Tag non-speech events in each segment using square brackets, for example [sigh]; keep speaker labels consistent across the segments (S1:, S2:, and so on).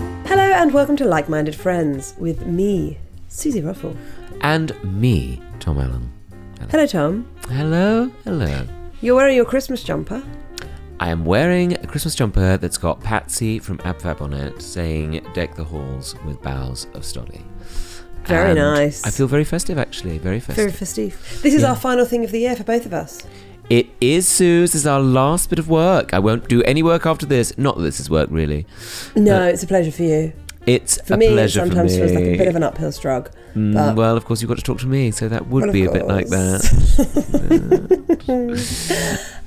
S1: and welcome to Like Minded Friends with me, Susie Ruffle.
S2: And me, Tom Allen.
S1: Hello, Tom.
S2: Hello, hello.
S1: You're wearing your Christmas jumper.
S2: I am wearing a Christmas jumper that's got Patsy from AbFab on it saying, Deck the halls with boughs of stolly.
S1: Very
S2: And
S1: nice.
S2: I feel very festive, actually. Very
S1: Very
S2: festive.
S1: festive. This is
S2: Yeah.
S1: our final thing of the year for both of us.
S2: it is, Suze. This is our last bit of work. I won't do any work after this. Not that this is work, really.
S1: No,
S2: Uh,
S1: it's a pleasure for you.
S2: It's
S1: For
S2: a
S1: me, it
S2: pleasure
S1: sometimes
S2: for me.
S1: feels like a bit of an uphill struggle.
S2: Mm,
S1: but-
S2: well, of course, you've got to talk to me, so that would
S1: Well, of
S2: be a bit like that.
S1: [laughs] course.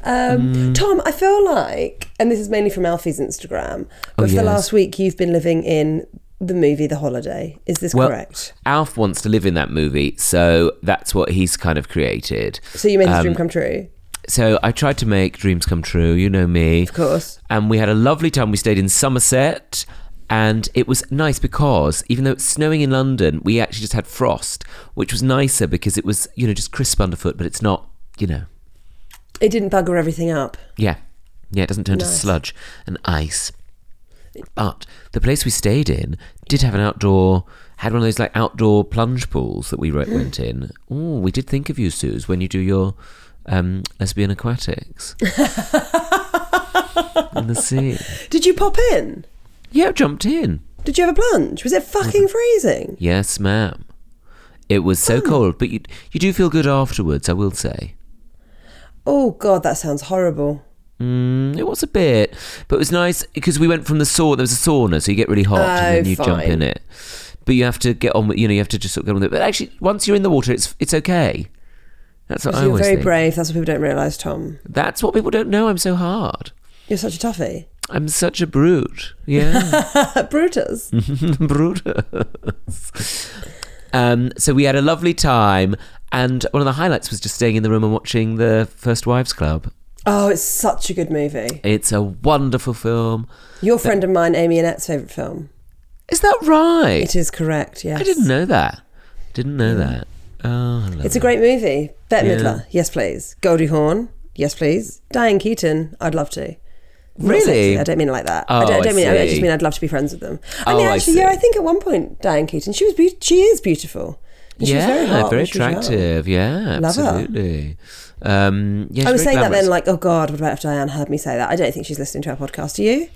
S1: um,
S2: Mm.
S1: Tom, I feel like, and this is mainly from Alfie's Instagram, but
S2: Oh,
S1: for the
S2: yes.
S1: last week you've been living in the movie The Holiday. Is this
S2: Well-
S1: correct?
S2: Alf wants to live in that movie, so that's what he's kind of created.
S1: So you made his
S2: um,
S1: dream come true,
S2: So I tried to make dreams come true, you know me.
S1: of course.
S2: And we had a lovely time. We stayed in Somerset, and it was nice because even though it's snowing in London, we actually just had frost, which was nicer because it was, you know, just crisp underfoot, but it's not, you know,
S1: It didn't bugger everything up.
S2: yeah. Yeah, it doesn't turn to
S1: Nice.
S2: sludge and ice. But the place we stayed in did have an outdoor, had one of those like outdoor plunge pools that we wrote, went in. Ooh, we did think of you, Suze, when you do your um, lesbian aquatics in the sea.
S1: Did you pop in?
S2: Yeah, jumped in.
S1: Did you have a plunge? Was it fucking freezing?
S2: Yes, ma'am. It was so cold, but you you do feel good afterwards, I will say.
S1: Oh god, that sounds horrible.
S2: Mm, it was a bit, but it was nice because we went from the sauna. There was a sauna, so you get really hot
S1: Oh,
S2: and then you jump
S1: fine.
S2: in it. But you have to get on with, you know, you have to just sort of get on with it. But actually, once you're in the water, it's it's okay. That's what I
S1: you're
S2: always
S1: very
S2: think.
S1: brave. That's what people don't realise, Tom.
S2: That's what people don't know. I'm so hard.
S1: You're such a toughie. [laughs]
S2: I'm such a brute. Yeah. [laughs]
S1: Brutus.
S2: Mm. Brutus. Um, so we had a lovely time, and one of the highlights was just staying in the room and watching the First Wives Club.
S1: Oh, it's such a good movie.
S2: It's a wonderful film.
S1: Your friend and mine, Amy Annette's favourite film.
S2: Is that right?
S1: It is correct, yes.
S2: I didn't know that. Didn't know that. Oh, I love
S1: It's a
S2: it.
S1: great movie. Bette
S2: Yeah.
S1: Midler, yes please. Goldie Hawn, yes please. Diane Keaton, I'd love to. Not
S2: Really?
S1: sexy, I don't mean it like that. I
S2: Oh,
S1: don't, I don't
S2: I
S1: mean. I just
S2: see.
S1: mean I'd love to be friends with them. I mean,
S2: Oh, I
S1: actually, yeah. I
S2: see.
S1: think at one point Diane Keaton, she was beautiful. She is beautiful. And she was
S2: yeah,
S1: very, hot when she was young.
S2: attractive. Yeah,
S1: Love her.
S2: absolutely. Um, yeah,
S1: I was
S2: she's very
S1: saying that
S2: glamorous.
S1: then, like, oh God, what about if Diane heard me say that? I don't think she's listening to our podcast. Do you?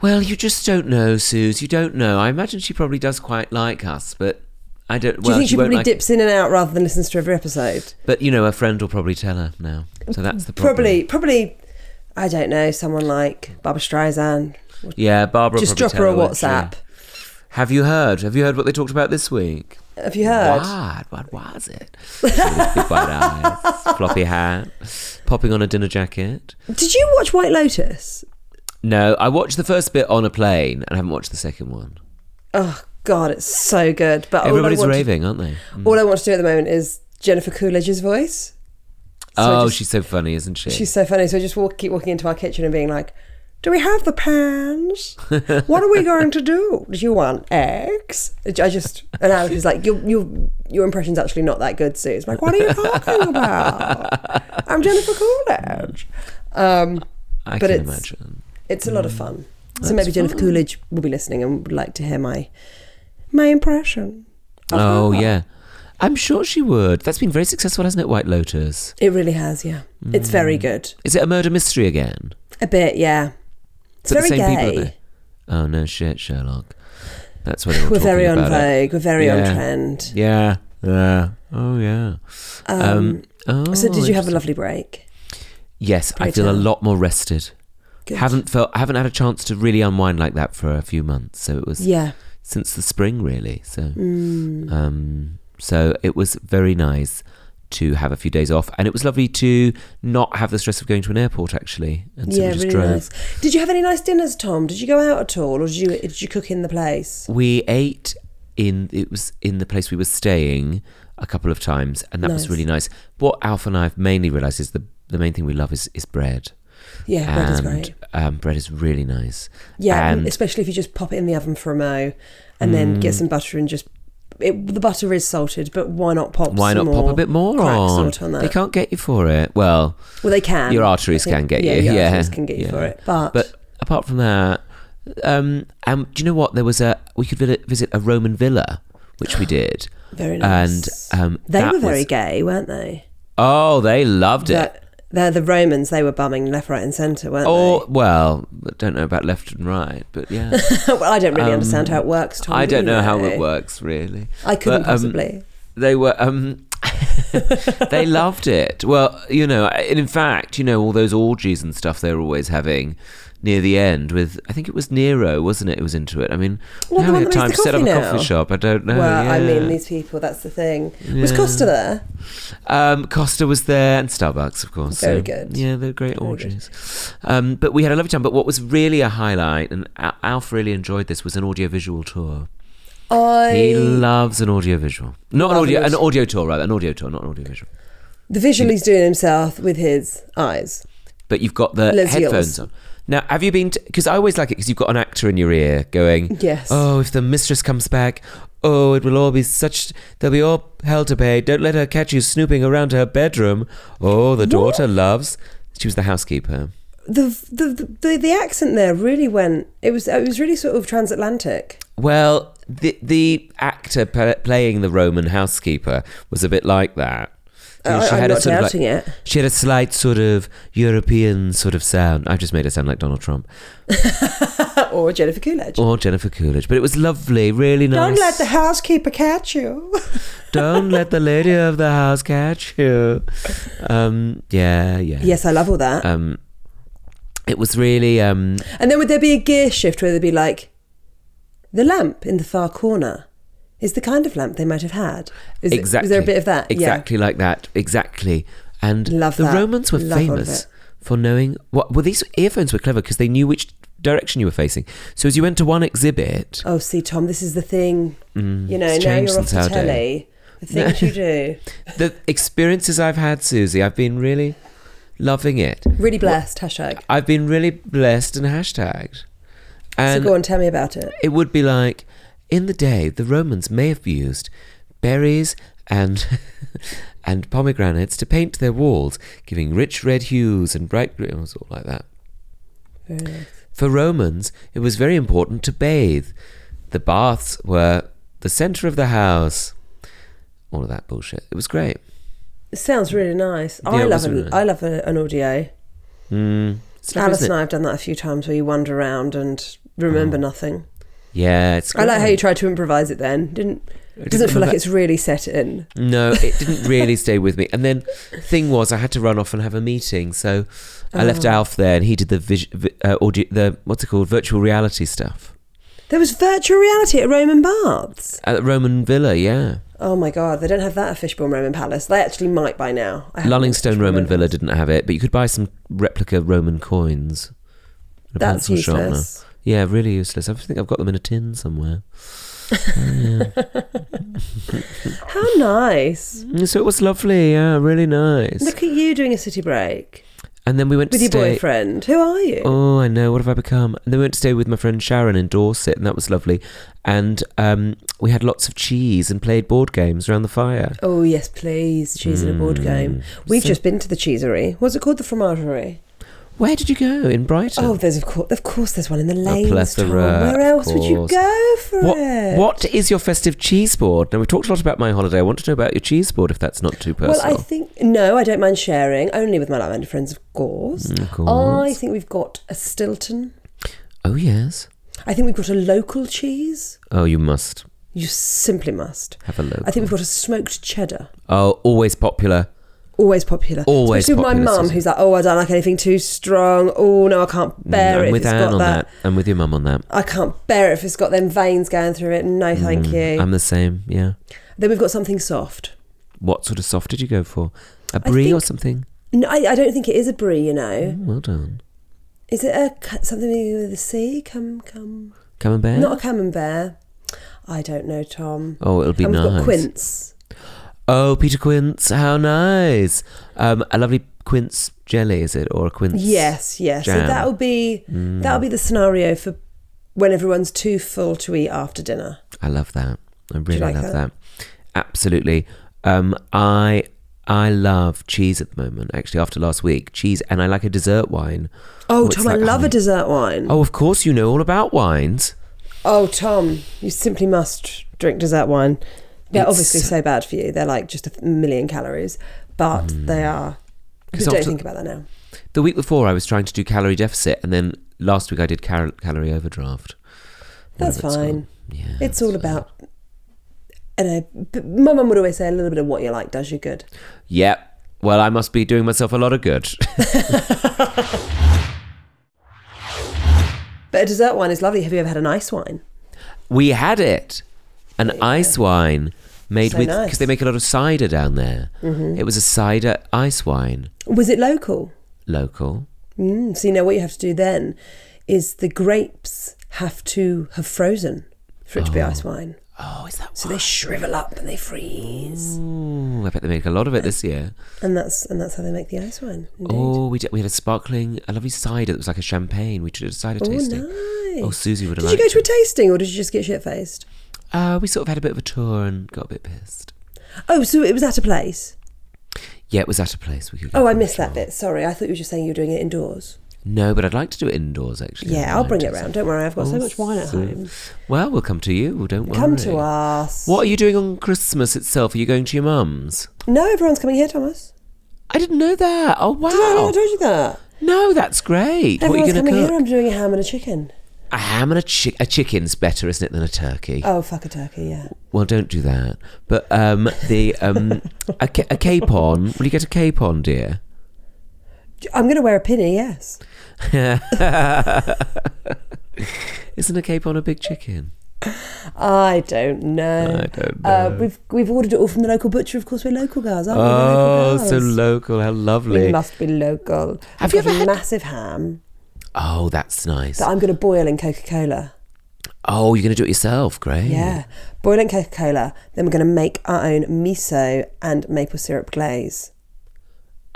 S2: Well, you just don't know, Suze. You don't know. I imagine she probably does quite like us, but I don't.
S1: Do you
S2: well,
S1: think she,
S2: won't
S1: probably
S2: like,
S1: dips in and out rather than listens to every episode?
S2: But you know, her friend will probably tell her now. So that's the problem.
S1: Probably, probably, I don't know, someone like Barbara Streisand.
S2: Yeah, Barbara.
S1: Just
S2: probably
S1: drop
S2: tell
S1: her a
S2: won't she?
S1: WhatsApp.
S2: Have you heard? Have you heard what they talked about this week?
S1: Have you heard?
S2: What? What was it? With big wide
S1: [laughs]
S2: eyes, floppy hat, popping on a dinner jacket.
S1: Did you watch White Lotus?
S2: No, I watched the first bit on a plane and I haven't watched the second one.
S1: Oh God, it's so good. But all I
S2: Everybody's
S1: want to-
S2: raving, aren't they?
S1: all I want to do at the moment is Jennifer Coolidge's voice. So I
S2: oh,
S1: just-
S2: she's so funny, isn't she?
S1: she's so funny. So I just walk, keep walking into our kitchen and being like, "Do we have the pans? what are we going to do? Do you want eggs?" I just and Alex is like, "Your your your impression's actually not that good, Sue." It's like, "What are you talking about? I'm Jennifer Coolidge." Um,
S2: I
S1: but
S2: can
S1: it's-
S2: imagine.
S1: it's a lot
S2: Mm.
S1: of fun. So maybe Jennifer Coolidge will be listening and would like to hear my my impression. of
S2: Oh,
S1: her.
S2: yeah. I'm sure she would. That's been very successful, hasn't it, White Lotus?
S1: It really has, yeah. It's very
S2: Mm.
S1: good.
S2: Is it a murder mystery again?
S1: A bit, yeah. It's
S2: But
S1: very
S2: the same people,
S1: gay.
S2: aren't they? Oh, no shit, Sherlock. That's what they were
S1: [laughs] We're
S2: talking
S1: very on
S2: about it.
S1: vogue. We're very on
S2: Yeah.
S1: trend.
S2: Yeah. Yeah. Oh, yeah. Um, oh,
S1: so, did you have a
S2: interesting.
S1: lovely break?
S2: Yes, I
S1: Pray
S2: feel a
S1: tell.
S2: lot more rested.
S1: Good.
S2: Haven't felt, haven't had a chance to really unwind like that for a few months. So it was
S1: Yeah. Mm.
S2: since the spring, really. So, um, so it was very nice to have a few days off, and it was lovely to not have the stress of going to an airport actually. And so
S1: yeah,
S2: we just
S1: really
S2: drove.
S1: nice. Did you have any nice dinners, Tom? Did you go out at all, or did you did you cook in the place?
S2: We ate in it was in the place we were staying a couple of times, and that
S1: Nice.
S2: was really nice. What Alf and I have mainly realised is the the main thing we love is is bread.
S1: Yeah, bread is
S2: and
S1: great.
S2: Um, bread is really nice.
S1: Yeah, and
S2: and Mm.
S1: especially if you just pop it in the oven for a mo, and then get some butter and just it, the butter is salted, but why not pop?
S2: why
S1: some
S2: not pop
S1: more
S2: a bit more
S1: crack
S2: on?
S1: salt on that?
S2: They can't get you for it. Well,
S1: well, they can.
S2: your arteries
S1: I think-
S2: can get
S1: yeah,
S2: you.
S1: Your
S2: yeah,
S1: arteries can get you
S2: yeah.
S1: for it, but,
S2: But apart from that, Um, um, do you know what? There was a we could vi- visit a Roman villa,
S1: [gasps]
S2: which we did.
S1: Very nice.
S2: And um,
S1: They
S2: that
S1: were very
S2: was-
S1: gay, weren't they?
S2: Oh, they loved it.
S1: That- They're the Romans. They were bumming left, right, and centre, weren't
S2: Or well, I don't know about left and right,
S1: [laughs]
S2: but yeah,
S1: they? well, I don't really understand how it works. Tom,
S2: um, I
S1: do
S2: don't
S1: you
S2: know how it works really.
S1: I couldn't
S2: But, um,
S1: possibly.
S2: They were. Um, [laughs] they loved it. Well, you know, and in fact, you know, all those orgies and stuff they were always having near the end with. I think it was Nero, wasn't it? It was into it. I mean,
S1: Well, the
S2: now
S1: one
S2: we have
S1: that makes
S2: time
S1: the
S2: to set up a
S1: coffee now.
S2: coffee shop. I don't know.
S1: well, I
S2: yeah.
S1: mean, these people. That's the thing. Was
S2: Yeah.
S1: Costa there?
S2: Um, Costa was there and Starbucks, of course.
S1: Very good.
S2: Yeah, they're great
S1: Very good.
S2: orgies. Um, but we had a lovely time. But what was really a highlight, and Al- Alf really enjoyed this, was an audiovisual tour. He
S1: I
S2: loves an audiovisual. Not an
S1: Love
S2: audio,
S1: it.
S2: an audio tour, rather. An audio tour, not an audiovisual.
S1: the visual he's doing himself with his eyes.
S2: But you've got the
S1: Liz
S2: headphones
S1: Hills.
S2: on. Now, have you been? Because I always like it because you've got an actor in your ear going,
S1: Yes.
S2: Oh, if the mistress comes back, oh, it will all be such. There'll be all hell to pay. Don't let her catch you snooping around her bedroom. Oh, the daughter loves. She was the housekeeper.
S1: The, the the the accent there really went. It was it was really sort of transatlantic.
S2: Well, the the actor p- playing the Roman housekeeper was a bit like that. You know,
S1: I, Uh, I'm not
S2: sort of like-
S1: doubting it.
S2: She had a slight sort of European sort of sound. I just made her sound like Donald Trump
S1: [laughs] or Jennifer Coolidge.
S2: or Jennifer Coolidge, but it was lovely, really Oh, nice.
S1: Don't let the housekeeper catch you.
S2: Don't let the lady of the house catch
S1: [laughs]
S2: you. Um, yeah, yeah.
S1: yes, I love all that.
S2: Um, it was really. Um,
S1: And then would there be a gear shift where there'd be like, the lamp in the far corner is the kind of lamp they might have had? Is it-
S2: exactly.
S1: was there a bit of that?
S2: Exactly like that. Exactly. And
S1: Love
S2: the
S1: that.
S2: Romans were
S1: Love all of
S2: famous
S1: it.
S2: for knowing what. Well, these earphones were clever because they knew which direction you were facing. So as you went to one exhibit, mm,
S1: Yeah. Oh, see, Tom, this is the thing. Oh, you know,
S2: it's
S1: now
S2: changed
S1: you're off
S2: since
S1: the
S2: our
S1: telly.
S2: day.
S1: The things you
S2: [laughs]
S1: do.
S2: the experiences I've had, Susie, I've been really loving it.
S1: Really blessed, hashtag.
S2: I've been really blessed and hashtagged. And
S1: so go on, tell me about it.
S2: it would be like in the day the romans may have used berries and [laughs] and pomegranates to paint their walls giving rich red hues and bright green it was all like that
S1: Very nice.
S2: for romans it was very important to bathe the baths were the center of the house all of that bullshit it was great
S1: It sounds really nice.
S2: Yeah,
S1: I,
S2: it
S1: love
S2: was really
S1: an,
S2: nice.
S1: I love a, an audio.
S2: mm. It's lovely,
S1: Alice
S2: isn't
S1: and
S2: it?
S1: I have done that a few times where you wander around and remember nothing.
S2: yeah it's
S1: I like how
S2: great.
S1: you tried to improvise it then. Didn't
S2: I
S1: doesn't
S2: didn't
S1: feel like
S2: remember-
S1: it's really set in.
S2: No, it didn't really stay with me. And then thing was, I had to run off and have a meeting, so I left
S1: Oh.
S2: Alf there, and he did the vis- vi- uh, audio, the what's it called, virtual reality stuff
S1: There was virtual reality at Roman baths.
S2: at the Roman Villa, yeah,
S1: Oh my god, they don't have that at Fishbourne Roman Palace. They actually might by now. I haven't
S2: Lullingstone
S1: watched
S2: Roman Villa didn't have it, but you could buy some replica Roman coins. at a
S1: That's
S2: pencil sharpener.
S1: useless.
S2: Yeah, really useless. I think I've got them in a tin somewhere. Oh, yeah.
S1: How nice!
S2: Mm, so it was lovely. Yeah, really nice.
S1: Look at you doing a city break
S2: and then we went
S1: with
S2: to
S1: your
S2: stay.
S1: boyfriend. Who are you?
S2: Oh, I know. What have I become? And then we went to stay with my friend Sharon in Dorset, and that was lovely. And um, we had lots of cheese and played board games around the fire. Mm.
S1: Oh yes, please. Cheese in a
S2: Hmm.
S1: board game. We've
S2: So-
S1: just been to the cheesery. What's it called? The fromagerie.
S2: Where did you go in Brighton?
S1: Oh, there's of course, of course, there's one in the lanes. Tom.
S2: plethora,
S1: Where
S2: of
S1: else would you
S2: course.
S1: go for
S2: what,
S1: it?
S2: what is your festive cheese board? Now we've talked a lot about my holiday. I want to know about your cheese board, if that's not too personal.
S1: Well, I think no, I don't mind sharing only with my Lavender friends, of course.
S2: Mm, of course.
S1: I think we've got a Stilton.
S2: oh yes.
S1: I think we've got a local cheese.
S2: Oh, you must
S1: You simply must.
S2: have a look.
S1: I think we've got a smoked cheddar.
S2: Oh, always popular.
S1: Always popular.
S2: Always
S1: Especially with
S2: popular,
S1: my mum,
S2: Susan.
S1: who's like, oh, I don't like anything too strong. Oh, no, I can't bear it
S2: Mm, I'm
S1: if
S2: with
S1: it's
S2: Anne
S1: got
S2: on
S1: that.
S2: I'm with your mum on that.
S1: I can't bear it if it's got them veins going through it. No, thank you.
S2: Mm, I'm the same. Yeah.
S1: then we've got something soft.
S2: What sort of soft did you go for? A
S1: I
S2: brie or
S1: think-
S2: something?
S1: No, I, I don't think it is a brie, you know.
S2: Mm, well done.
S1: Is it a ca- something with a C? Come, come.
S2: Camembert.
S1: Not a camembert. I don't know, Tom.
S2: Oh, it'll be
S1: and we've
S2: nice.
S1: got quince.
S2: Oh, Peter Quince, how nice! Um, a lovely quince jelly, is it, or a quince?
S1: Yes, yes. So
S2: Jam. Mm.
S1: that'll be that'll be the scenario for when everyone's too full to eat after dinner.
S2: I love that. I really
S1: like
S2: love
S1: that?
S2: that? Absolutely. Um, I I love cheese at the moment. Actually, after last week, cheese, and I like a dessert wine.
S1: Oh,
S2: it's
S1: Tom, I
S2: like
S1: love a
S2: honey.
S1: dessert wine. Oh.
S2: Oh, of course, you know all about wines.
S1: Tom, you simply must drink dessert wine. They're
S2: It's-
S1: obviously so bad for you. They're like just a million calories, but
S2: Mm.
S1: they are.
S2: 'Cause
S1: don't
S2: after-
S1: think about that now.
S2: The week before, I was trying to do calorie deficit, and then last week I did cal- calorie overdraft.
S1: That's
S2: Whatever it's
S1: fine.
S2: called. Yeah,
S1: It's all about. And I, my mum would always say, "A little bit of what you like does you good."
S2: Yep. Well, I must be doing myself a lot of good.
S1: But a dessert wine is lovely. Have you ever had an ice wine?
S2: we had it, an ice wine made
S1: So
S2: with because
S1: nice. Mm-hmm.
S2: they make a lot of cider down there. It was a cider ice wine,
S1: Was it local?
S2: local.
S1: Mm, so you know what you have to do then is the grapes have to have frozen for it to be ice wine.
S2: Oh, is that?
S1: So they shrivel up and they freeze,
S2: Ooh, I bet they make a lot of it this year.
S1: and that's and that's how they make the ice wine. Indeed.
S2: Oh, we did, we had a sparkling, a lovely cider that was like a champagne. We did a cider
S1: Oh,
S2: tasting.
S1: nice.
S2: Oh, Susie would have
S1: did you
S2: liked
S1: go to a tasting or did you just get shit faced?
S2: it. Uh, we sort of had a bit of a tour and got a bit pissed.
S1: Oh, so it was at a place.
S2: Yeah, it was at a place we could. Go
S1: Oh, I
S2: for a
S1: missed
S2: tour.
S1: that bit. Sorry, I thought you were just saying you were doing it indoors.
S2: No, but I'd like to do it indoors actually.
S1: Yeah, I'll
S2: I'd
S1: bring
S2: like
S1: it
S2: to.
S1: round. Don't worry, I've got so much wine at
S2: Awesome.
S1: home.
S2: Well, we'll come to you. Well, don't worry.
S1: Come to us.
S2: What are you doing on Christmas itself? Are you going to your mum's?
S1: No, everyone's coming here, Thomas.
S2: I didn't know that. Oh wow!
S1: Did I not told you that?
S2: no, that's great. what are
S1: Everyone's
S2: you going to
S1: coming
S2: cook?
S1: here. I'm doing a ham and a chicken.
S2: A ham and a, chi- a chicken's better, isn't it, than a turkey?
S1: Oh, fuck a turkey, yeah.
S2: Well, don't do that. But um, the um, a, ca- a capon. Will you get a capon, dear? [laughs]
S1: I'm going to wear a pinny, yes.
S2: Isn't a capon a big chicken?
S1: I don't know.
S2: I don't
S1: Uh, we've we've ordered it all from the local butcher. Of course, we're local guys, aren't we? We're
S2: Oh,
S1: local
S2: so
S1: girls.
S2: local. How
S1: we
S2: lovely.
S1: must be local.
S2: Have
S1: Have
S2: you
S1: you
S2: ever
S1: a
S2: had-
S1: massive ham
S2: Oh, that's nice.
S1: that I'm going to boil in Coca Cola?
S2: Oh, you're going to do it yourself. Great.
S1: Yeah, boil in Coca Cola. Then we're going to make our own miso and maple syrup glaze.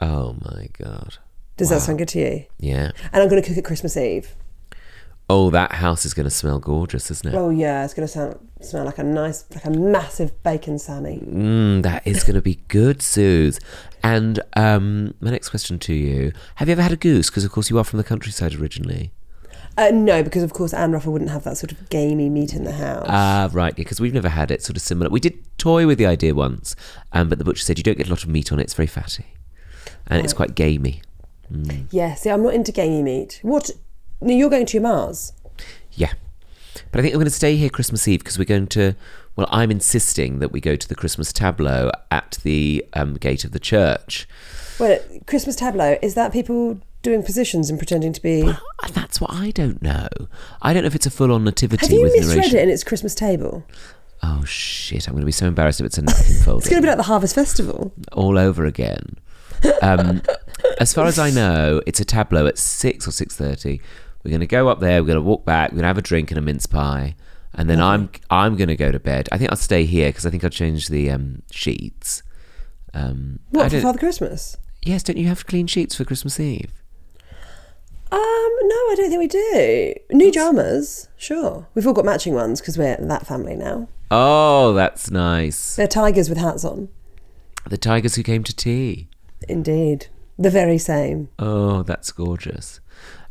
S2: Oh my god.
S1: Does that sound good to you?
S2: Yeah.
S1: And I'm going to cook it Christmas Eve.
S2: Oh, that house is going to smell gorgeous, isn't it?
S1: Oh yeah, it's going to sound smell like a nice, like a massive bacon sammy.
S2: Mm, that is going to be good, Suze. And um, my next question to you: Have you ever had a goose? Because of course you are from the countryside originally.
S1: Uh, no, because of course Anne Ruffle wouldn't have that sort of gamey meat in the house.
S2: Ah, right. Yeah, because we've never had it. Sort of similar. We did toy with the idea once, um, but the butcher said you don't get a lot of meat on it. It's very fatty, and it's quite gamey.
S1: yeah, see, I'm not into gamey meat. What? No, you're going to your Mars.
S2: Yeah. But I think I'm going to stay here Christmas Eve because we're going to. Well, I'm insisting that we go to the Christmas tableau at the um, gate of the church.
S1: Well, Christmas tableau is that people doing positions and pretending to be?
S2: And that's what I don't know. I don't know if it's a full on nativity
S1: Have you
S2: with
S1: misread
S2: narration.
S1: it? And it's Christmas table.
S2: Oh shit! I'm going to be so embarrassed if it's
S1: [laughs]
S2: a napkin
S1: It's going to
S2: folding
S1: be like the Harvest Festival.
S2: all over again. Um, as far as I know, it's a tableau at six or six thirty. We're going to go up there. We're going to walk back. We're going to have a drink and a mince pie, and then I'm I'm going to go to bed. I think I'll stay here because I think I'll change the um, sheets. Um, I
S1: What for
S2: don't-
S1: Father Christmas?
S2: yes, don't you have clean sheets for Christmas Eve?
S1: Um, no, I don't think we do. New dramas, sure. We've all got matching ones because we're that family now.
S2: Oh, that's nice.
S1: They're tigers with hats on.
S2: The tigers who came to tea.
S1: Indeed. The very same.
S2: Oh, that's gorgeous.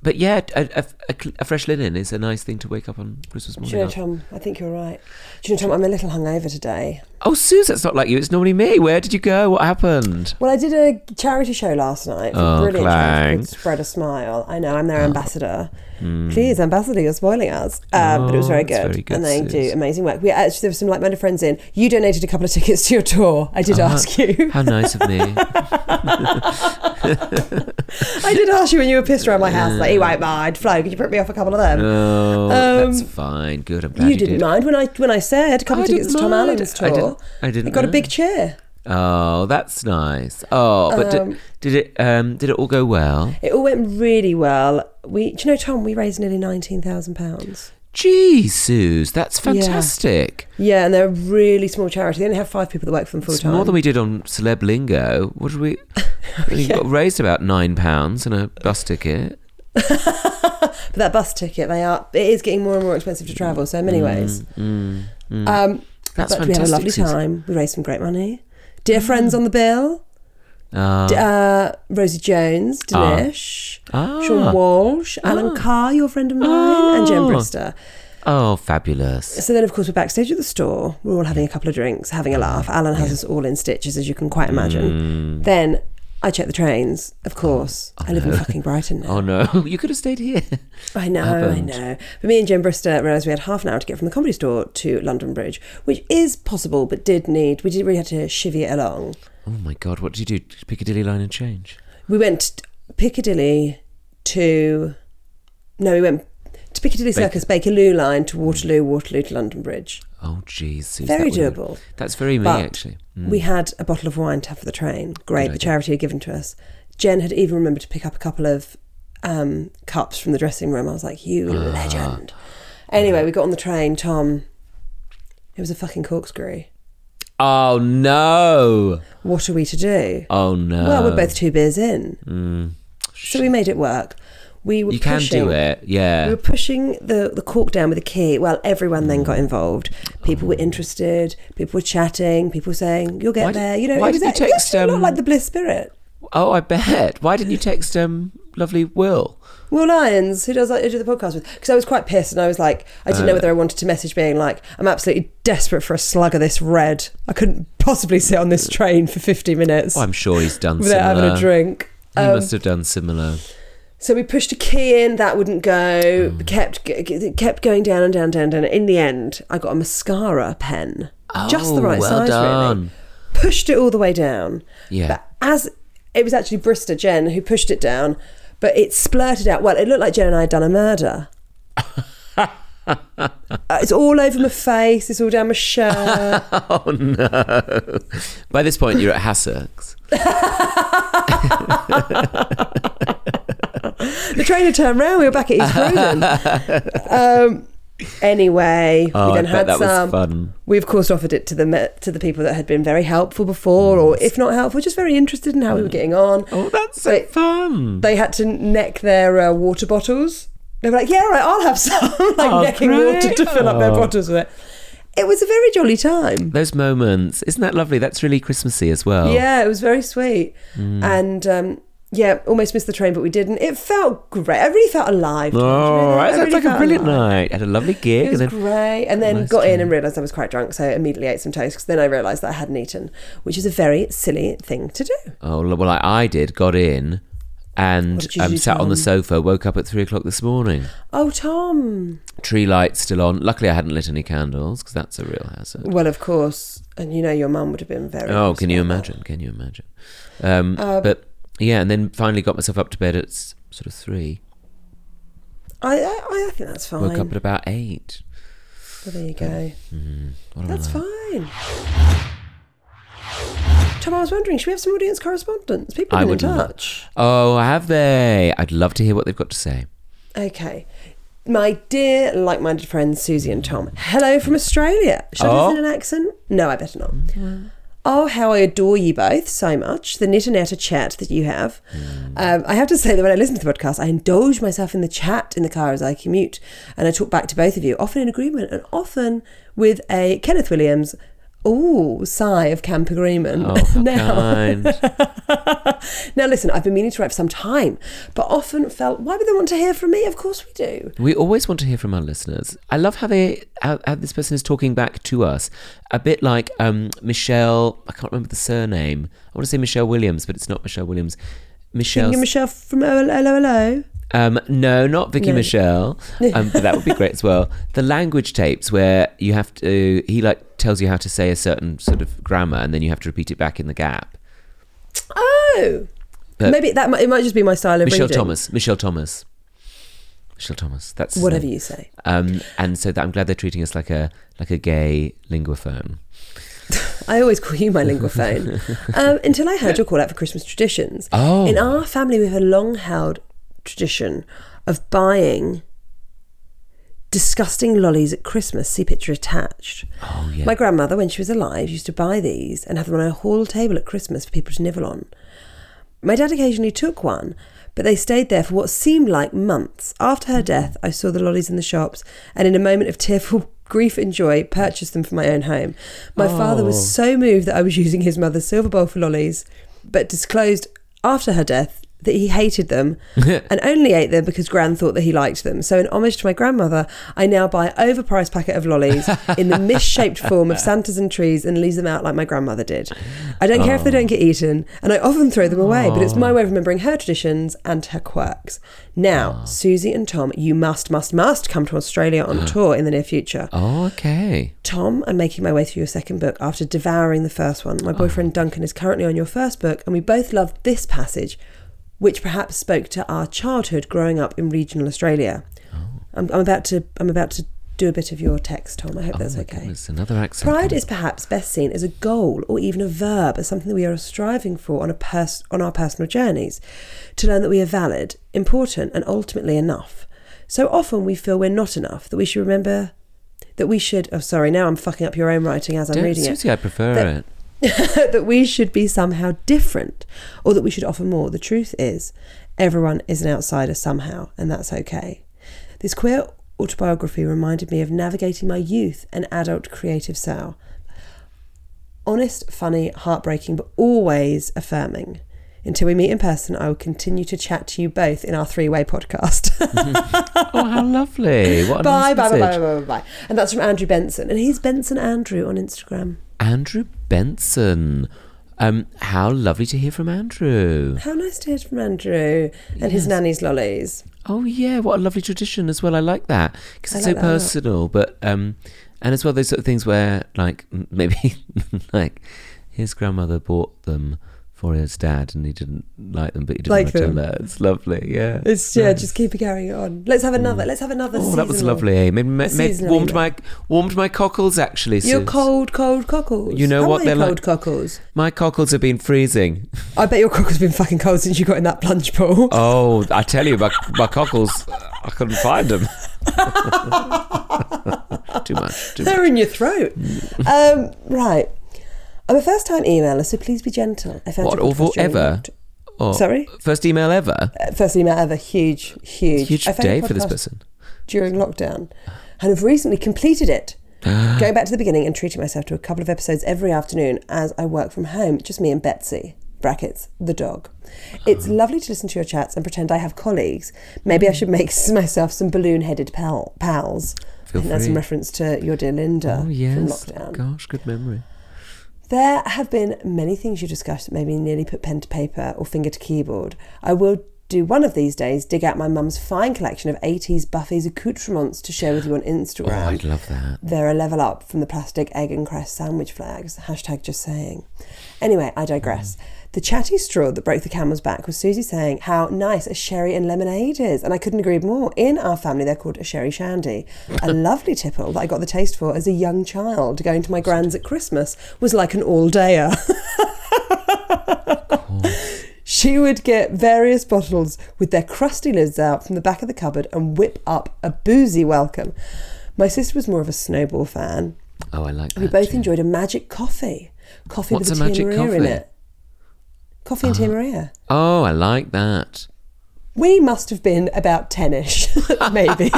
S2: But yeah, a, a, a cl- a fresh linen is a nice thing to wake up on Christmas
S1: Do
S2: morning.
S1: you know,
S2: after.
S1: Tom, I think you're right. Do you know, Tom, I'm a little hungover today.
S2: oh, Suze, that's not like you. It's normally me. Where did you go? What happened?
S1: Well, I did a charity show last night. It's a
S2: Oh,
S1: brilliant charity
S2: clang. Oh. Hmm.
S1: called Spread a Smile. I know, I'm their ambassador. Please, ambassador, you're spoiling us. Um, but it was
S2: Oh,
S1: very
S2: that's
S1: good.
S2: very good,
S1: And they do
S2: Suze.
S1: amazing work. We actually, there were some like-minded friends in. You donated a couple of tickets to your tour. I did
S2: Ah.
S1: ask you. [laughs]
S2: How nice of me.
S1: I did ask you when you were pissed around my house. Like, you won't mind. Flo, could you print me off a couple of them?
S2: Oh, that's fine. Good. I'm glad you,
S1: Um, you didn't
S2: did.
S1: mind when I when I said a couple
S2: I
S1: of tickets to
S2: didn't
S1: Tom
S2: mind.
S1: Allen's
S2: I
S1: tour.
S2: didn't- I didn't
S1: You got a
S2: know.
S1: big cheer.
S2: Oh, that's nice. Oh, but
S1: Um,
S2: did, did it? Um, did it all go well?
S1: It all went really well. We, do you know, Tom, we raised nearly nineteen thousand pounds.
S2: Gee, Suze, that's fantastic.
S1: Yeah, and they're a really small charity. They only have five people that work for them full
S2: It's
S1: time.
S2: more than we did on Celeb Lingo. What
S1: [laughs]
S2: did we? We got raised about nine pounds and a bus ticket.
S1: but that bus ticket, they are. It is getting more and more expensive to travel. So in
S2: Mm,
S1: many ways, um,
S2: That's
S1: but we had a
S2: mm. fantastic, Mm.
S1: lovely
S2: Suze.
S1: time. We raised some great money. Dear friends on the bill,
S2: Uh,
S1: D- Uh, Rosie Jones, Dinesh,
S2: Ah.
S1: Sean Walsh, Alan Carr, your friend of mine, and Jen
S2: Ah.
S1: Brister.
S2: oh, fabulous.
S1: So then, of course, we're backstage at the store. We're all having a couple of drinks, having a laugh. Alan has us all in stitches, as you can quite
S2: Mm.
S1: imagine. Then I check the trains, of course. I live in fucking Brighton
S2: [laughs]
S1: now.
S2: Oh, no. You could have stayed here.
S1: I know,
S2: happened.
S1: I know. But me and Jim Brister realised we had half an hour to get from the comedy store to London Bridge, which is possible, but did need, we did really had to chivvy it along.
S2: Oh, my God. What did you do? Piccadilly line and change?
S1: We went to Piccadilly to, no, we went to Piccadilly Circus, Bakerloo line to Waterloo, Waterloo to London Bridge.
S2: Oh, geez. Suze,
S1: Very
S2: that would've-
S1: doable.
S2: That's very me,
S1: But
S2: actually.
S1: we had a bottle of wine to have for the train. Great, the charity had given to us. Jen had even remembered to pick up a couple of um, cups from the dressing room. I was like, you
S2: Ah.
S1: legend. Anyway, we got on the train. Tom, it was a fucking corkscrew.
S2: Oh, no.
S1: What are we to do?
S2: Oh, no.
S1: well, we're both two beers in. So we made it work. We were
S2: Mm. You can
S1: pushing,
S2: do it.
S1: We
S2: Yeah.
S1: were pushing the, the cork down with a key. Well, everyone
S2: Mm.
S1: then got involved. People were interested. People were chatting. People were saying, "You'll get
S2: Why did-
S1: there." you know,
S2: why
S1: it
S2: did
S1: was
S2: you
S1: that- it was
S2: text,
S1: not
S2: um,
S1: like the bliss spirit.
S2: Oh, I bet. Why didn't you text um, lovely Will?
S1: Will Lyons, who does I do the podcast with, because I was quite pissed and I was like, I didn't know
S2: Uh,
S1: whether I wanted to message being like, I'm absolutely desperate for a slug of this red. I couldn't possibly sit on this train for 50 minutes
S2: Oh, Uh, I'm sure he's done
S1: without
S2: similar.
S1: having a drink.
S2: He
S1: Um,
S2: must have done similar.
S1: so we pushed a key in, that wouldn't go.
S2: Mm.
S1: Kept g- g- kept going down and down, down, down. In the end, I got a mascara pen, just the
S2: Oh,
S1: right
S2: well
S1: size,
S2: done.
S1: really. Pushed it all the way down.
S2: Yeah.
S1: But as it was actually Brister Jen who pushed it down, but it splurted out. Well, it looked like Jen and I had done a
S2: [laughs]
S1: murder. Uh, it's all over my face. It's all down my
S2: [laughs]
S1: shirt.
S2: Oh no! By this point, you're at Hassocks.
S1: the trainer turned round. We were back at East Croydon.
S2: [laughs]
S1: Um, anyway,
S2: Oh,
S1: we
S2: I
S1: then
S2: bet
S1: had
S2: that was
S1: some.
S2: fun.
S1: We of course offered it to the me- to the people that had been very helpful
S2: Mm.
S1: before, or if not helpful, just very interested in how we were getting on.
S2: Oh, that's so
S1: Wait.
S2: fun!
S1: They had to neck their uh, water bottles. They were like, "Yeah, all right, I'll have some." [laughs] like
S2: Oh,
S1: necking
S2: great.
S1: water to fill up their
S2: Oh.
S1: bottles with it. It was a very jolly time.
S2: Those moments, isn't that lovely? That's really Christmassy as well.
S1: Yeah, it was very sweet.
S2: Mm.
S1: And um, yeah, almost missed the train, but we didn't. It felt great. I really felt alive. Tom. Do you know
S2: Oh,
S1: that? I
S2: that's
S1: really
S2: like a
S1: felt
S2: brilliant
S1: alive.
S2: night. Had a lovely gig,
S1: It was
S2: and then
S1: great. And then
S2: Nice
S1: got in
S2: time.
S1: and realised I was quite drunk, so I immediately ate some toast. 'cause then I realised that I hadn't eaten, which is a very silly thing to do.
S2: oh well, I, I did. Got in, and
S1: What did you
S2: um,
S1: do,
S2: sat on the
S1: Tom?
S2: sofa. Woke up at three o'clock this morning.
S1: Oh, Tom.
S2: Tree lights still on. Luckily, I hadn't lit any candles because that's a real hazard.
S1: Well, of course. And you know, your mum would have been very.
S2: Oh, can you
S1: upset.
S2: imagine? Can you imagine? Um, but yeah, and then finally got myself up to bed at s- sort of three.
S1: I, I, I think that's fine.
S2: Woke up at about eight.
S1: Well, there you go.
S2: What am
S1: That's
S2: I?
S1: fine. Tom, I was wondering, should we have some audience correspondence? People
S2: I
S1: have been in
S2: would love-
S1: touch.
S2: Oh, have they? I'd love to hear what they've got to say.
S1: Okay. My dear like minded friends, Susie and Tom, hello from Australia. Should I
S2: Oh.
S1: do this in an accent? No, I better not. Oh, how I adore you both so much. The knit and outer chat that you have. Um, I have to say that when I listen to the podcast, I indulge myself in the chat in the car as I commute. And I talk back to both of you, often in agreement and often with a Kenneth Williams, ooh, sigh of camp agreement.
S2: Oh,
S1: [laughs]
S2: how kind.
S1: now, listen, I've been meaning to write for some time, but often felt, why would they want to hear from me? Of course we do.
S2: We always want to hear from our listeners. I love how they how, how this person is talking back to us, a bit like um, Michelle. I can't remember the surname. I want to say Michelle Williams, but it's not Michelle Williams. Michelle.
S1: Thinking Michelle from Hello Hello.
S2: Um, no, not Vicky
S1: No. [laughs]
S2: Michelle. Um, but that would be great as well. The language tapes where you have to he like tells you how to say a certain sort of grammar, and then you have to repeat it back in the gap.
S1: Oh,
S2: But-
S1: maybe that might, it might just be my style of
S2: Uh, Michelle
S1: reading.
S2: Thomas. Michelle Thomas. Michelle Thomas. That's his
S1: Whatever
S2: name.
S1: you say.
S2: Um, and so that I'm glad they're treating us like a like a gay linguaphone.
S1: I always call you my linguaphone. um, until I heard your call out for Christmas traditions.
S2: Oh.
S1: In our family, we have a long held tradition of buying disgusting lollies at Christmas. See picture attached.
S2: Oh yeah.
S1: My grandmother, when she was alive, used to buy these and have them on her hall table at Christmas for people to nibble on. My dad occasionally took one, but they stayed there for what seemed like months. After her death, I saw the lollies in the shops and, in a moment of [laughs] tearful grief and joy, purchased them for my own home. My father
S2: Oh.
S1: [laughs] was so moved that I was using his mother's silver bowl for lollies but disclosed after her death that he hated them and only ate them because Gran thought that he liked them. So, in homage to my grandmother, I now buy overpriced packet of lollies in the misshaped form of Santas and trees and leaves them out like my grandmother did. I don't care if they don't get eaten, and I often throw them away, but it's my way of remembering her traditions and her quirks. Now, Susie and Tom, you must, must, must come to Australia on tour in the near future.
S2: Oh, okay.
S1: Tom, I'm making my way through your second book after devouring the first one. My
S2: Oh.
S1: boyfriend Duncan is currently on your first book, and we both love this passage, which perhaps spoke to our childhood growing up in regional Australia.
S2: Oh.
S1: I'm, I'm about to I'm about to do a bit of your text, Tom. I hope that's
S2: Oh my
S1: okay.
S2: goodness, another accent.
S1: Pride
S2: coming.
S1: is perhaps best seen as a goal or even a verb, as something that we are striving for on a pers- on our personal journeys, to learn that we are valid, important, and ultimately enough. So often we feel we're not enough, that we should remember that we should. Oh, sorry, now I'm fucking up your own writing as I'm
S2: Don't-
S1: reading it.
S2: Susie, I prefer
S1: That-
S2: it.
S1: that we should be somehow different, or that we should offer more. The truth is, everyone is an outsider somehow, and that's okay. This queer autobiography reminded me of navigating my youth and adult creative self honest, funny, heartbreaking, but always affirming. Until we meet in person, I will continue to chat to you both in our three way podcast.
S2: Oh, how
S1: [laughs]
S2: lovely. What [laughs] a
S1: bye, bye, bye,
S2: nice message.
S1: bye, bye, bye, bye. And that's from Andrew Benson. And he's Benson Andrew on Instagram.
S2: Andrew Benson. Um, how lovely to hear from Andrew.
S1: How nice to hear from Andrew and his nanny's lollies.
S2: Oh yeah, what a lovely tradition as well. I like that because
S1: I
S2: it's
S1: like
S2: so
S1: that a lot.
S2: personal. But um, and as well those sort of things where like m- maybe [laughs] like his grandmother bought them for his dad and he didn't like them, but he didn't
S1: Like
S2: like to
S1: them.
S2: tell her. It's lovely. Yeah.
S1: It's yeah, just keep carrying it on. Let's have another. Let's have another.
S2: Oh, that was
S1: seasonal.
S2: lovely. Eh? Made, made, made,
S1: seasonal
S2: warmed
S1: email.
S2: my warmed my cockles actually.
S1: Your
S2: Sus.
S1: cold, cold cockles.
S2: You know
S1: How
S2: what
S1: are
S2: they're
S1: your cold
S2: like?
S1: cockles?
S2: my cockles have been freezing.
S1: I bet your cockles been fucking cold since you got in that plunge pool. [laughs]
S2: Oh, I tell you, my, my cockles, I couldn't find them. [laughs] too much, too much.
S1: They're in your throat.
S2: Mm.
S1: um, right. I'm a first time emailer, so please be gentle. I found
S2: What,
S1: your
S2: awful
S1: podcast during
S2: ever?
S1: lockdown-
S2: Oh,
S1: Sorry?
S2: First email ever.
S1: Uh, First email ever. Huge, huge.
S2: Huge
S1: I found your
S2: day for this
S1: podcast
S2: person.
S1: during lockdown and have recently completed
S2: [gasps]
S1: it. Going back to the beginning and treating myself to a couple of episodes every afternoon as I work from home, just me and Betsy. Brackets, the dog.
S2: [laughs]
S1: It's lovely to listen to your chats and pretend I have colleagues. Maybe I should make [laughs] s- myself some balloon headed pal- pals.
S2: Feel
S1: I think that's in
S2: free.
S1: reference to your dear Linda
S2: Oh,
S1: from
S2: yes.
S1: lockdown.
S2: Gosh, good memory.
S1: There have been many things you discussed that made me nearly put pen to paper or finger to keyboard. I will do one of these days, dig out my mum's fine collection of 80s Buffy's accoutrements to share with you on
S2: Oh,
S1: Instagram.
S2: I'd love that.
S1: They're a level up from the plastic egg and crest sandwich flags. Hashtag just saying. Anyway, I digress. The chatty straw that broke the camel's back was Susie saying how nice a sherry and lemonade is, and I couldn't agree more. In our family, they're called a sherry shandy. A lovely tipple that I got the taste for as a young child. Going to my grand's at Christmas was like an all-dayer. [laughs] She would get various bottles with their crusty lids out from the back of the cupboard and whip up a boozy welcome. My sister was more of a snowball fan.
S2: Oh, I like that.
S1: We both
S2: too.
S1: enjoyed a magic coffee. Coffee
S2: What's
S1: with
S2: a
S1: a, Tia
S2: magic
S1: Maria in
S2: coffee?
S1: it. Coffee and Tia Maria.
S2: Oh, I like that.
S1: We must have been about 10 ish, [laughs] maybe.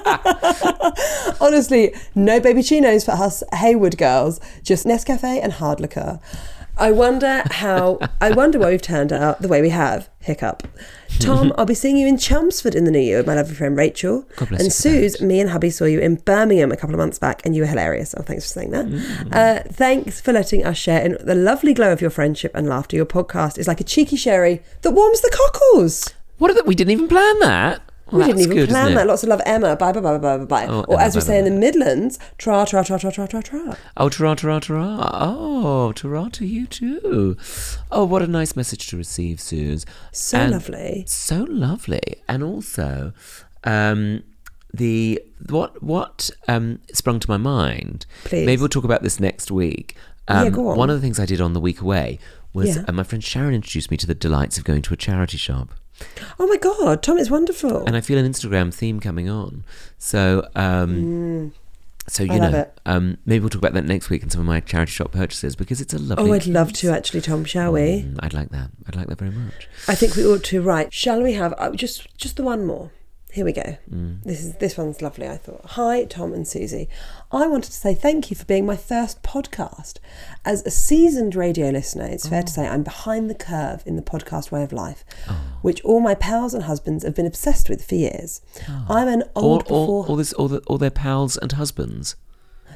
S1: [laughs] Honestly, no baby chinos for us Hayward girls, just Nescafe and hard liquor. I wonder how, I wonder why we've turned out the way we have. Hiccup. [laughs] Tom, I'll be seeing you in Chelmsford in the new year with my lovely friend Rachel.
S2: God bless
S1: and
S2: you for
S1: Suze, me and hubby saw you in Birmingham a couple of months back, and you were hilarious. Oh, thanks for saying that. Uh, thanks for letting us share in the lovely glow of your friendship and laughter. Your podcast is like a cheeky sherry that warms the cockles.
S2: What? Are the, we didn't even plan that.
S1: We didn't
S2: That's
S1: even
S2: good,
S1: plan
S2: isn't
S1: that.
S2: it?
S1: Lots of love, Emma. Bye, bye, bye, bye, bye, bye.
S2: Oh,
S1: or
S2: Emma,
S1: as we
S2: bye,
S1: say
S2: bye,
S1: in the Midlands, tra, tra, tra, tra, tra, tra, tra.
S2: Oh, ta-ra, ta-ra, ta-ra. Oh, ta-ra to you too. Oh, what a nice message to receive, Suze.
S1: So
S2: And-
S1: lovely.
S2: So lovely. And also, um, the what what um, sprung to my mind.
S1: Please.
S2: Maybe we'll talk about this next week. Um,
S1: Yeah, go on.
S2: One of the things I did on the week away was
S1: Yeah.
S2: uh, my friend Sharon introduced me to the delights of going to a charity shop.
S1: Oh my God, Tom, it's wonderful.
S2: And I feel an Instagram theme coming on. So, um, so you
S1: Mm. I love
S2: know,
S1: it.
S2: um, maybe we'll talk about that next week and some of my charity shop purchases because it's a lovely.
S1: Oh, I'd love to actually, Tom. Shall we?
S2: Mm, I'd like that. I'd like that very much.
S1: I think we ought to. Right? Shall we have uh, just just the one more? Here we go.
S2: Mm.
S1: This is this one's lovely. I thought. Hi, Tom and Susie. I wanted to say thank you for being my first podcast. As a seasoned radio listener, it's fair
S2: Oh.
S1: to say I'm behind the curve in the podcast way of life, which all my pals and husbands have been obsessed with for years. I'm an
S2: Oh. All,
S1: old
S2: all,
S1: Oh, before.
S2: all, this, all, the, all their pals and husbands.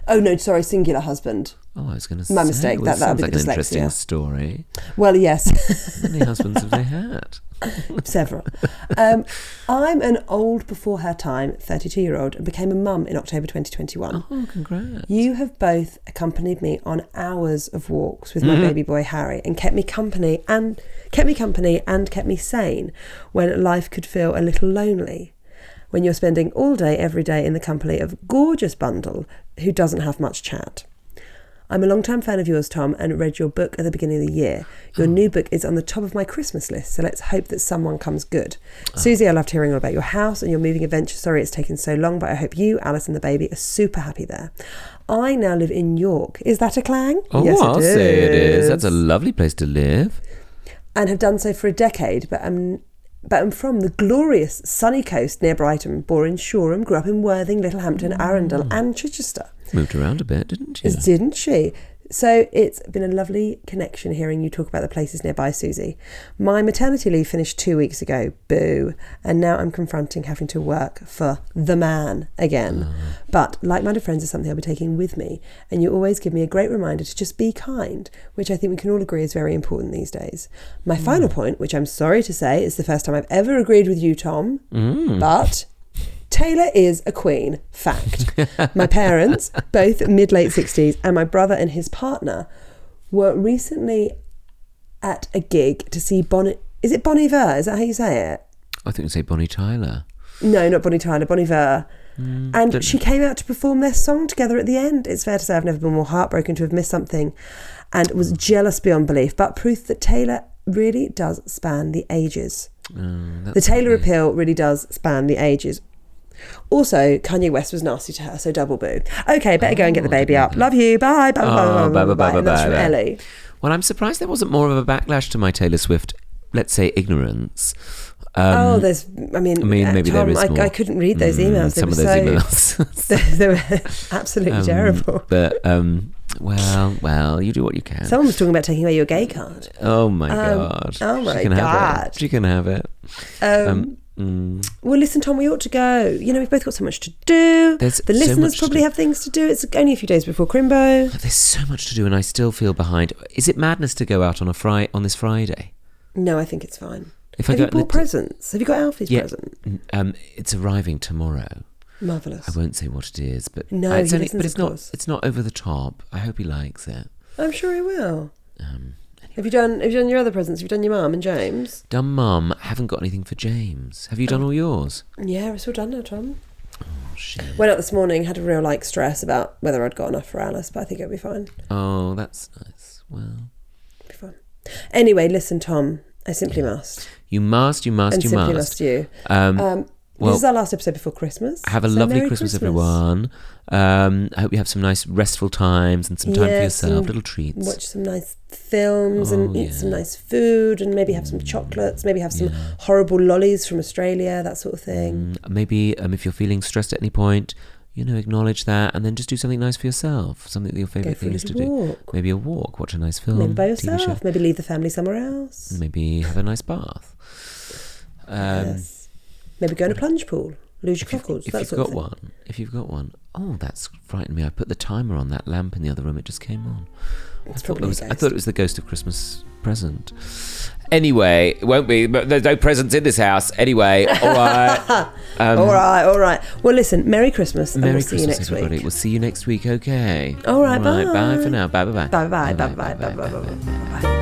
S1: oh no, sorry, singular husband.
S2: Oh, I was going to say.
S1: My mistake.
S2: Well,
S1: That- that'd
S2: sounds
S1: be
S2: like
S1: the
S2: an interesting
S1: dyslexia.
S2: story.
S1: Well, yes. [laughs]
S2: How many husbands have they had?
S1: several. Um, I'm an old before her time 32 year old and became a mum in October 2021.
S2: Oh, congrats.
S1: You have both accompanied me on hours of walks with my baby boy Harry and kept me company and kept me company and kept me sane when life could feel a little lonely. When you're spending all day every day in the company of gorgeous bundle who doesn't have much chat. I'm a long-time fan of yours, Tom, and read your book at the beginning of the year. Your
S2: Hmm.
S1: new book is on the top of my Christmas list, so let's hope that someone comes good.
S2: Ah.
S1: Susie, I loved hearing all about your house and your moving adventure. Sorry it's taken so long, but I hope you, Alice, and the baby are super happy there. I now live in York. Is that a clang?
S2: Oh, I'll say it is. That's a lovely place to live.
S1: and have done so for a decade, but am but am from the glorious sunny coast near Brighton, born in Shoreham, grew up in Worthing, Littlehampton, Arundel,
S2: Hmm.
S1: and Chichester.
S2: Moved around a bit, didn't you?
S1: Didn't she? So it's been a lovely connection hearing you talk about the places nearby, Susie. My maternity leave finished two weeks ago, boo, and now I'm confronting having to work for the man again. But like minded friends is something I'll be taking with me, and you always give me a great reminder to just be kind, which I think we can all agree is very important these days. My final point, which I'm sorry to say is the first time I've ever agreed with you, Tom, but Taylor is a queen. Fact. my parents, both mid late 60s, and my brother and his partner were recently at a gig to see Bonnie. Is it Bonnie Ver? Is that how you say it?
S2: I think you say Bonnie Tyler.
S1: No, not Bonnie Tyler, Bonnie Ver. and she came out to perform their song together at the end. It's fair to say I've never been more heartbroken to have missed something and was jealous beyond belief, but proof that Taylor really does span the ages.
S2: Mm,
S1: The
S2: that's
S1: Taylor appeal really does span the ages. Also, Kanye West was nasty to her, so double boo. Okay, better go and get the baby up. Love you. Bye. Bye. Bye.
S2: Oh,
S1: Bye. Bye. Bye. Bye.
S2: bye,
S1: bye, And that's
S2: bye,
S1: from
S2: bye.
S1: Ellie.
S2: Well, I'm surprised there wasn't more of a backlash to my Taylor Swift, let's say, ignorance. Um,
S1: oh, there's. I mean,
S2: I mean,
S1: uh,
S2: maybe
S1: Tom,
S2: there is
S1: I,
S2: more.
S1: I couldn't read Oh, those
S2: Mm,
S1: emails. They
S2: some
S1: were
S2: of those
S1: so, [laughs]
S2: emails.
S1: they, they were absolutely
S2: Um,
S1: terrible.
S2: But, um, well, well, you do what you can.
S1: Someone was talking about taking away your gay card.
S2: oh, my
S1: um,
S2: God.
S1: oh my
S2: she can Have it.
S1: God.
S2: She can have it.
S1: Um,
S2: Um, mm,
S1: well, listen, Tom, we ought to go. You know, we've both got so much to do.
S2: There's
S1: the
S2: so
S1: listeners
S2: much to
S1: probably
S2: do.
S1: have things to do. It's only a few days before Crimbo.
S2: but there's so much to do, and I still feel behind. Is it madness to go out on a fri- on this Friday?
S1: No, I think it's fine.
S2: If
S1: Have
S2: go
S1: you
S2: out in
S1: bought
S2: the-
S1: presents? Have you got Alfie's
S2: Yeah.
S1: present?
S2: um, it's arriving tomorrow.
S1: Marvelous.
S2: I won't say what it is, but
S1: No,
S2: uh, it's
S1: he
S2: only,
S1: listens,
S2: but it's
S1: of
S2: not
S1: course.
S2: it's not over the top. I hope he likes it.
S1: I'm sure he will.
S2: Um,
S1: Have you done? Have you done your other presents? Have you done your mum and James?
S2: Dumb mum, I haven't got anything for James. Have you
S1: Oh.
S2: done all yours?
S1: Yeah, we're still done now, Tom.
S2: Oh shit.
S1: Went out this morning, had a real like stress about whether I'd got enough for Alice, but I think it'll be fine.
S2: Oh, that's nice. Well,
S1: It'll be fine. Anyway, listen, Tom. I simply must,
S2: you must, you must,
S1: and
S2: you
S1: simply
S2: must.
S1: must you.
S2: Um,
S1: Um,
S2: well-
S1: this is our last episode before Christmas.
S2: have a
S1: Oh, so
S2: lovely
S1: Merry
S2: Christmas, everyone. Um, I hope you have some nice restful times and some time
S1: Yeah,
S2: for yourself,
S1: some-
S2: little treats.
S1: Watch some nice films and
S2: Oh,
S1: eat some
S2: yeah. Mm.
S1: nice food, and maybe have some chocolates, maybe have some horrible lollies from Australia, that sort of thing.
S2: Mm, Maybe um, if you're feeling stressed at any point, you know, acknowledge that and then just do something nice for yourself. Something that your
S1: Go
S2: favourite
S1: for a
S2: thing is to
S1: little
S2: do.
S1: walk.
S2: Maybe a walk, watch a nice film,
S1: Maybe by
S2: TV show.
S1: yourself. Maybe leave the family somewhere else.
S2: Maybe have a nice bath. Um,
S1: yes. Maybe go in a plunge pool. Lose your
S2: If you've,
S1: cockles.
S2: if
S1: that
S2: you've
S1: sort of
S2: got
S1: thing.
S2: one, if you've got one, oh, that's frightened me. I put the timer on that lamp in the other room; it just came on. I
S1: It's
S2: thought,
S1: probably
S2: it
S1: a
S2: was, I
S1: ghost.
S2: thought it was the ghost of Christmas present. Anyway, it won't be. But there's no presents in this house.
S1: [laughs]
S2: Anyway, all right. Um,
S1: all right, all right. Well, listen. Merry Christmas, and
S2: Merry
S1: we'll see you
S2: Christmas,
S1: next
S2: everybody.
S1: week.
S2: We'll see you next week. Okay.
S1: All right,
S2: Bye
S1: bye.
S2: for now. Bye. Bye.
S1: Bye bye bye bye bye bye bye bye. bye.